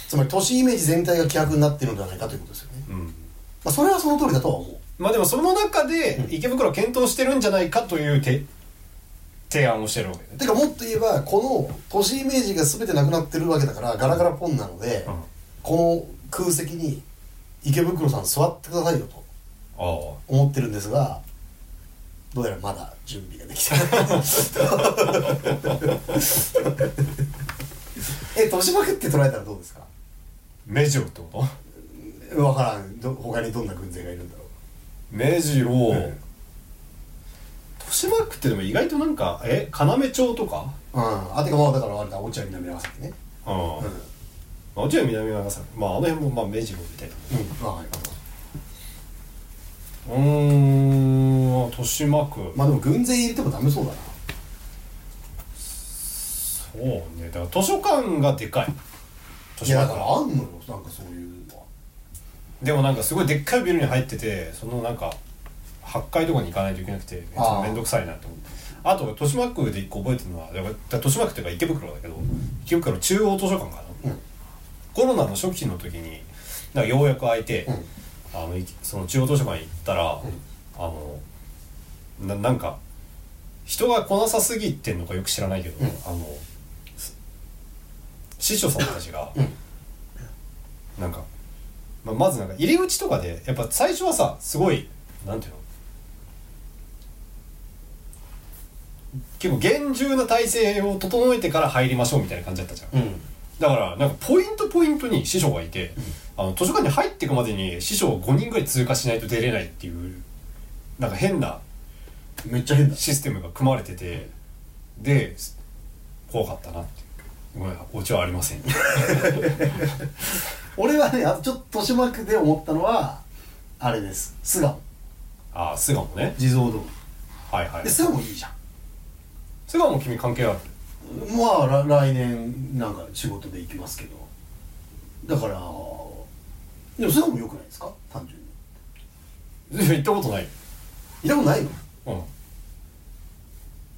Speaker 2: つまり都市イメージ全体が希薄になってるんではないかということですよね、
Speaker 1: ううん
Speaker 2: まあ、それはその通りだとは思う
Speaker 1: まあでもその中で池袋を検討してるんじゃないかというて提案をしてるわけね
Speaker 2: てかもっと言えばこの都市イメージが全てなくなってるわけだからガラガラポンなので、
Speaker 1: うん
Speaker 2: この空席に池袋さん座ってくださいよと
Speaker 1: ああ
Speaker 2: 思ってるんですがどうやらまだ準備ができてない え豊島区って捉えたらどうですか
Speaker 1: 目白ってこと
Speaker 2: 分からんど他にどんな軍勢がいるんだろ
Speaker 1: 目白、
Speaker 2: ん
Speaker 1: 豊島区ってでも意外となんかえ要町とか
Speaker 2: ううんあてかまあだからあれだ落合南合わせてね
Speaker 1: うん
Speaker 2: うん
Speaker 1: まあもちろん南長崎まああの辺もまあ目白みたいな
Speaker 2: うん分かります
Speaker 1: うーん豊島区
Speaker 2: まあでも軍勢入れてもダメそうだな
Speaker 1: そうねだから図書館がでかい図
Speaker 2: い
Speaker 1: 書
Speaker 2: やだ
Speaker 1: 館
Speaker 2: からあんのよなんかそういうのは
Speaker 1: でもなんかすごいでっかいビルに入っててそのなんか8階とかに行かないといけなくてめっち
Speaker 2: あ
Speaker 1: ゃ
Speaker 2: あ
Speaker 1: 面倒くさいなと思ってあと豊島区で一個覚えてるのはだから豊島区っていうか池袋だけど池袋中央図書館かな、
Speaker 2: うん
Speaker 1: コロナの初期の時になんかようやく開いて、
Speaker 2: うん
Speaker 1: あのいその中央図書館行ったら、あのななんか人が来なさすぎてんのかよく知らないけど、
Speaker 2: うん
Speaker 1: あのす司書さんたちが、
Speaker 2: うん
Speaker 1: なんか、まあまずなんか入り口とかでやっぱ最初はさすごいなんていうの結構厳重な体制を整えてから入りましょうみたいな感じだったじゃん
Speaker 2: うん
Speaker 1: だからなんかポイントポイントに師匠がいて、あの図書館に入っていくまでに師匠5人ぐらい通過しないと出れないっていうなんか変な
Speaker 2: めっちゃ変だ
Speaker 1: システムが組まれててです怖かったなっていうごめんお家はありません
Speaker 2: 俺はねあとちょっと豊島区で思ったのはあれです巣鴨
Speaker 1: ああ巣鴨ね
Speaker 2: 地蔵堂
Speaker 1: はいはい
Speaker 2: で巣鴨いいじゃん
Speaker 1: 巣鴨も君関係ある
Speaker 2: まあら来年なんか仕事で行きますけどだからでも巣鴨よくないですか単純に
Speaker 1: いや行ったことないよ
Speaker 2: いたことないの
Speaker 1: うん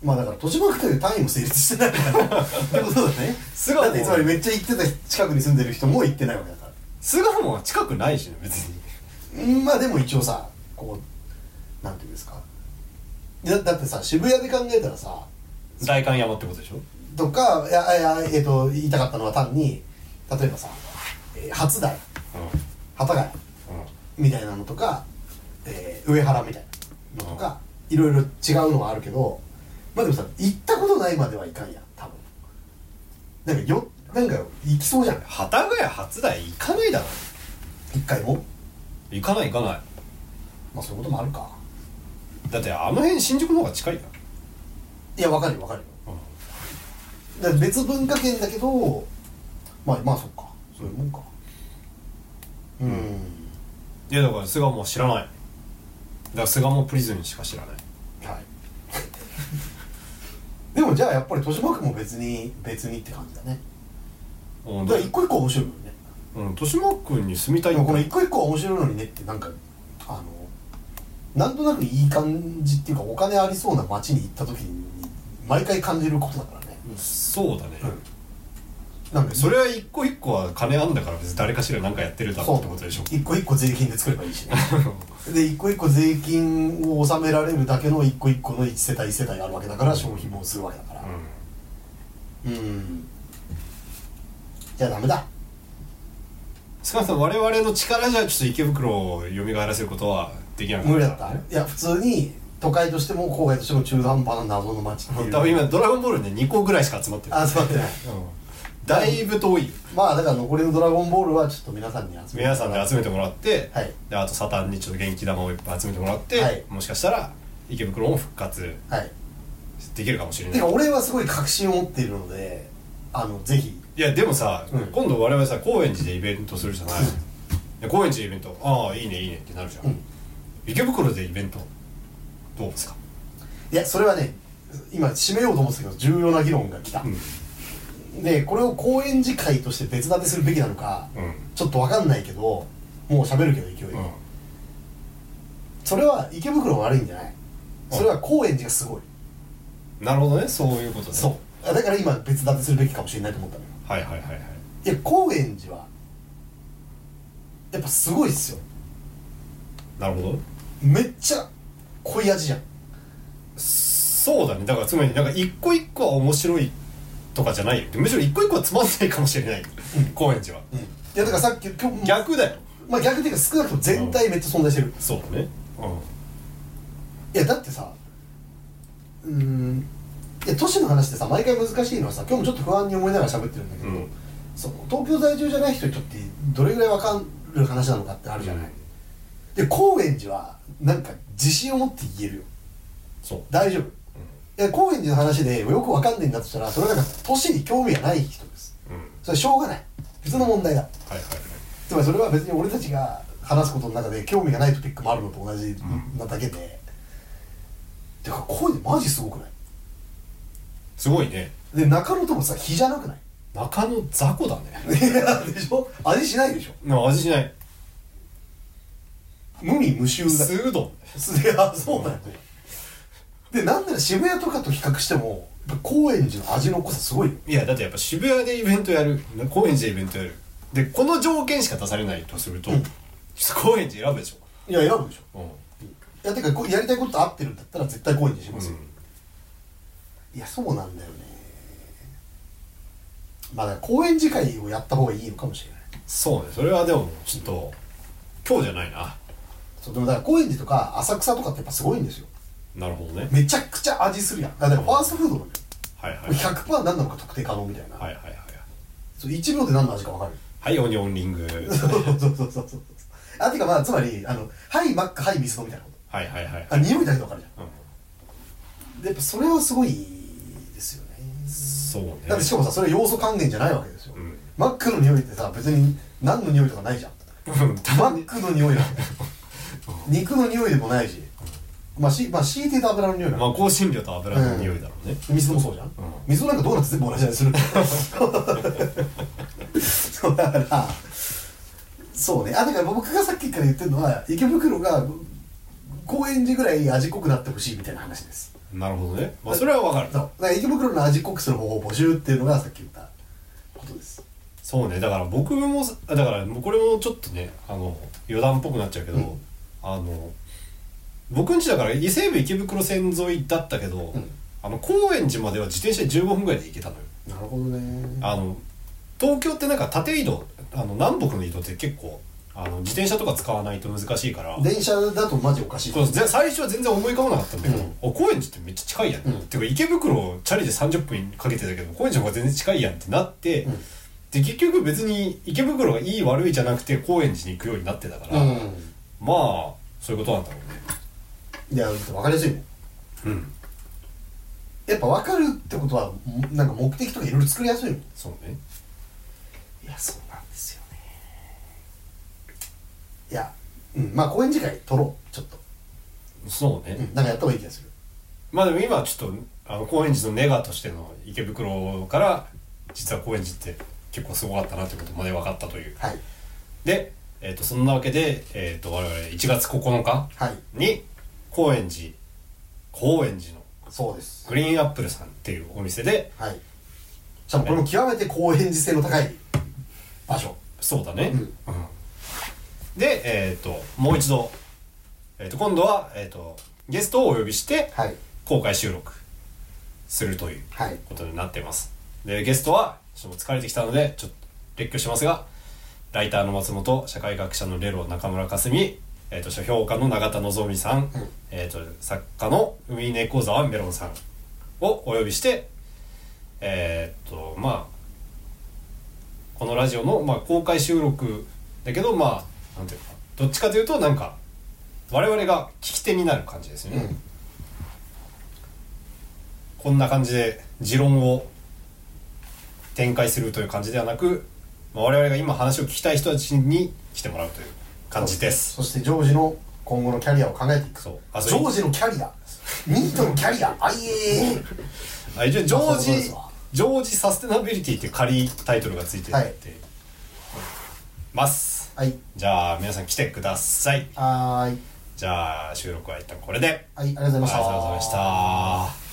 Speaker 2: まあだから豊島区で単位も成立してないから ってことだね
Speaker 1: 巣鴨
Speaker 2: だってつまりめっちゃ行ってた近くに住んでる人も行ってないわけだから
Speaker 1: 巣鴨は近くないしね別に
Speaker 2: うんまあでも一応さこうなんていうんですかだだってさ渋谷で考えたらさ
Speaker 1: 代官山ってことでしょ
Speaker 2: とかいやいや、えっと言いたかったのは単に例えばさえー初台
Speaker 1: う
Speaker 2: 幡ヶ谷
Speaker 1: んうん
Speaker 2: みたいなのとか、えー上原みたいなのとか、いろいろ違うのはあるけどまあでもさ行ったことないまではいかんやん多分なんかよなんか行きそうじゃん
Speaker 1: 幡ヶ谷初台行かないだろ
Speaker 2: 一回も
Speaker 1: 行かない行かない
Speaker 2: まあそういうこともあるか
Speaker 1: だってあの辺新宿の方が近いよ
Speaker 2: いやわかるよわかるよだから別文化圏だけどまあまあそっかそういうもんかうん、
Speaker 1: いやだから巣鴨は知らないだから巣鴨プリズンしか知らない
Speaker 2: はい でもじゃあやっぱり豊島区も別に別にって感じだね
Speaker 1: うんだ
Speaker 2: だから一個一個は面白いもんね
Speaker 1: うん豊島区に住みたい
Speaker 2: でもこの
Speaker 1: の
Speaker 2: 一個一個は面白いのにねってなんかあのなんとなくいい感じっていうかお金ありそうな街に行った時に毎回感じることだからね
Speaker 1: そうだね、
Speaker 2: うんなんか
Speaker 1: それは一個一個は金あんだから別に誰かしら何かやってるだろうってことでしょ
Speaker 2: 一個一個税金で作ればいいしねで一個一個税金を納められるだけの一個一個の1世帯1世帯あるわけだから消費もするわけだから
Speaker 1: うん
Speaker 2: うんじゃあダメだ
Speaker 1: 菅野さん我々の力じゃちょっと池袋を蘇らせることはできなかった
Speaker 2: 無理だったいや普通に都会としても郊外としても中途半端な謎の街って
Speaker 1: 多
Speaker 2: いう
Speaker 1: 分今ドラゴンボールね2個ぐらいしか集まってる
Speaker 2: あ集まってない
Speaker 1: うんだいぶ遠いよ
Speaker 2: まあだから残りの「ドラゴンボール」はちょっと皆さんに集めて
Speaker 1: 皆さんで集めてもらって、
Speaker 2: はい
Speaker 1: であとサタンにちょっと元気玉をいっぱい集めてもらって、
Speaker 2: はい
Speaker 1: もしかしたら池袋も復活
Speaker 2: はい
Speaker 1: できるかもしれな
Speaker 2: て
Speaker 1: い
Speaker 2: か俺はすごい確信を持っているのであのぜひ
Speaker 1: いやでもさ、
Speaker 2: うん
Speaker 1: 今度我々さ高円寺でイベントするじゃない、で高円寺でイベントああいいねいいねってなるじゃん、
Speaker 2: うん
Speaker 1: 池袋でイベントどうですか、
Speaker 2: いやそれはね今締めようと思ってたけど重要な議論が来た、
Speaker 1: うん
Speaker 2: でこれを公演次会として別立てするべきなのか、
Speaker 1: うん
Speaker 2: ちょっとわかんないけどもう喋るけど勢いで、
Speaker 1: うん、
Speaker 2: それは池袋が悪いんじゃないそれは高円寺がすごい、
Speaker 1: なるほどねそういうことね
Speaker 2: そうあだから今別立てするべきかもしれないと思ったのよ
Speaker 1: はいはいはいはい
Speaker 2: いや高円寺はやっぱすごいっすよ
Speaker 1: なるほど
Speaker 2: めっちゃ濃い味じゃん
Speaker 1: そうだねだからつまりなんか一個一個は面白いとかじゃないよむしろ一個一個はつまんないかもしれない高円寺は、
Speaker 2: いやだからさっき今日
Speaker 1: 逆だよ
Speaker 2: まあ、逆っていうか少なくとも全体めっちゃ存在してる、い
Speaker 1: そうだねうん
Speaker 2: やだってさうーんいや都市の話ってさ毎回難しいのはさ今日もちょっと不安に思いながら喋ってるんだけど、
Speaker 1: うん
Speaker 2: その東京在住じゃない人にとってどれぐらい分かる話なのかってあるじゃない、
Speaker 1: うん
Speaker 2: で高円寺はなんか自信を持って言えるよ
Speaker 1: そう
Speaker 2: 大丈夫、いや高円寺の話でよく分かんないんだとしたらそれはなんか都市に興味がない人です
Speaker 1: うんはい
Speaker 2: それはしょうがない別の問題だ
Speaker 1: はいはい
Speaker 2: つまりそれは別に俺たちが話すことの中で興味がないトピックもあるのと同じ
Speaker 1: ん
Speaker 2: なだけで、てかこういうのマジすごくない
Speaker 1: すごいね
Speaker 2: で中野ともさ比じゃなくない
Speaker 1: 中野雑魚だね
Speaker 2: いやでしょ味しないでしょ
Speaker 1: なんか味しない
Speaker 2: 無味無臭だ
Speaker 1: 酢うどん
Speaker 2: いやそうだよねでなんなら渋谷とかと比較してもやっぱ高円寺の味の濃さすごいよ
Speaker 1: いやだってやっぱ渋谷でイベントやる高円寺でイベントやるでこの条件しか出されないとすると、
Speaker 2: うん
Speaker 1: 高円寺選ぶでし
Speaker 2: いや選ぶでしょ
Speaker 1: ょ、うん
Speaker 2: いやてかこうやりたいことと合ってるんだったら絶対高円寺にしますよ、
Speaker 1: う
Speaker 2: いやそうなんだよねまあだから高円寺会をやった方がいいのかもしれない
Speaker 1: ん、そうねそれはでもちょっと今日じゃないな
Speaker 2: そうでもだから高円寺とか浅草とかってやっぱすごいんですよ
Speaker 1: なるほどね
Speaker 2: めちゃくちゃ味するやんだからファーストフードなのよ
Speaker 1: はいはいはい
Speaker 2: 100%何なのか特定可能みたいな、
Speaker 1: はいはいはい
Speaker 2: そう1秒で何の味か分かる
Speaker 1: はいオニオンリング
Speaker 2: そうそうそうそうそうあてかまあつまりあのはいマックはいミスドみたいなこ
Speaker 1: はいはいはい
Speaker 2: とあ匂いだけで分かるじゃ
Speaker 1: うん
Speaker 2: でやっぱそれはすごいですよね
Speaker 1: んそうね
Speaker 2: だってしかもさそれ要素還元じゃないわけですよ、
Speaker 1: うん
Speaker 2: マックの匂いってさ別に何の匂いとかないじゃん
Speaker 1: うんた
Speaker 2: マ
Speaker 1: ま
Speaker 2: ッ
Speaker 1: に
Speaker 2: クの匂いなんだよ肉の匂いでもないし、まあ、しまあ強いて言うと油の匂いな
Speaker 1: ま
Speaker 2: の
Speaker 1: あ香辛料と油の匂いだろうね、
Speaker 2: 水もそうじゃん、水なんかドーナツ全部同じ味するそうだからそうねあだから僕がさっきから言ってるのは池袋が高円寺ぐらい味濃くなってほしいみたいな話です
Speaker 1: なるほどねまあそれはわかる
Speaker 2: そうだから池袋の味濃くする方法を募集っていうのがさっき言ったことです
Speaker 1: そうねだから僕もさだからもうこれもちょっとねあの余談っぽくなっちゃうけど、
Speaker 2: うん
Speaker 1: あの僕ん家だから伊勢部池袋線沿いだったけど、
Speaker 2: ん
Speaker 1: あの高円寺までは自転車で15分ぐらいで行けたのよ、
Speaker 2: なるほどね
Speaker 1: あの東京ってなんか縦移動あの南北の移動って結構あの自転車とか使わないと難しいから
Speaker 2: 電車だとマジおかしい
Speaker 1: そうぜ最初は全然思い浮かばなかったんだけど、
Speaker 2: うん
Speaker 1: お高円寺ってめっちゃ近いやん、
Speaker 2: うん
Speaker 1: ていうか池袋チャリで30分かけてたけど高円寺の方が全然近いやんってなって、
Speaker 2: うん
Speaker 1: で結局別に池袋がいい悪いじゃなくて高円寺に行くようになってたから、
Speaker 2: う
Speaker 1: まあそういうことなんだろ
Speaker 2: んいや分かりやすいもん
Speaker 1: うねうん
Speaker 2: やっぱ分かるってことはもなんか目的とかいろいろ作りやすいもん
Speaker 1: そうね
Speaker 2: いやそうなんですよねいやうんまあ講演次会取ろうちょっと、
Speaker 1: そうね、
Speaker 2: うん、なんかやった方がいい気がする
Speaker 1: まあでも今はちょっとあの高円寺のネガとしての池袋から実は高円寺って結構すごかったなということまで分かったという
Speaker 2: はい
Speaker 1: で、えー、とそんなわけで、えー、と我々1月9日
Speaker 2: はい
Speaker 1: に高円寺高円寺の
Speaker 2: そうです
Speaker 1: グリーンアップルさんっていうお店で
Speaker 2: はいしかもこれも極めて公演時性の高い場所
Speaker 1: そうだね、
Speaker 2: うん
Speaker 1: うんでえっ、ともう一度、えー、と今度は、えー、とゲストをお呼びして
Speaker 2: はい
Speaker 1: 公開収録するという
Speaker 2: はい
Speaker 1: ことになってますでゲストはちょっと疲れてきたのでちょっと列挙しますがライターの松本社会学者のレロ中村かすみ、えー、と書評家の永田のぞみさん、
Speaker 2: うん
Speaker 1: えー、と作家の海猫沢メロンさんをお呼びしてえっ、とまあこのラジオの、まあ、公開収録だけどまあなんていうかどっちかというとなんか我々が聞き手になる感じですよね、
Speaker 2: う
Speaker 1: こんな感じで持論を展開するという感じではなく、まあ、我々が今話を聞きたい人たちに来てもらうという感じです
Speaker 2: そしてジョージの今後のキャリアを考えていく
Speaker 1: そう
Speaker 2: ジ
Speaker 1: あ
Speaker 2: ョージのキャリアニートのキャリアあいえー
Speaker 1: あ一応ジョ
Speaker 2: まあ
Speaker 1: ー
Speaker 2: そういうことです
Speaker 1: ジ
Speaker 2: わ
Speaker 1: ジョージサステナビリティって仮タイトルがついてて、
Speaker 2: はい
Speaker 1: ます
Speaker 2: はい
Speaker 1: じゃあ皆さん来てください
Speaker 2: はーい
Speaker 1: じゃあ収録は一旦これで
Speaker 2: はいありがとうございました
Speaker 1: ありがとうございました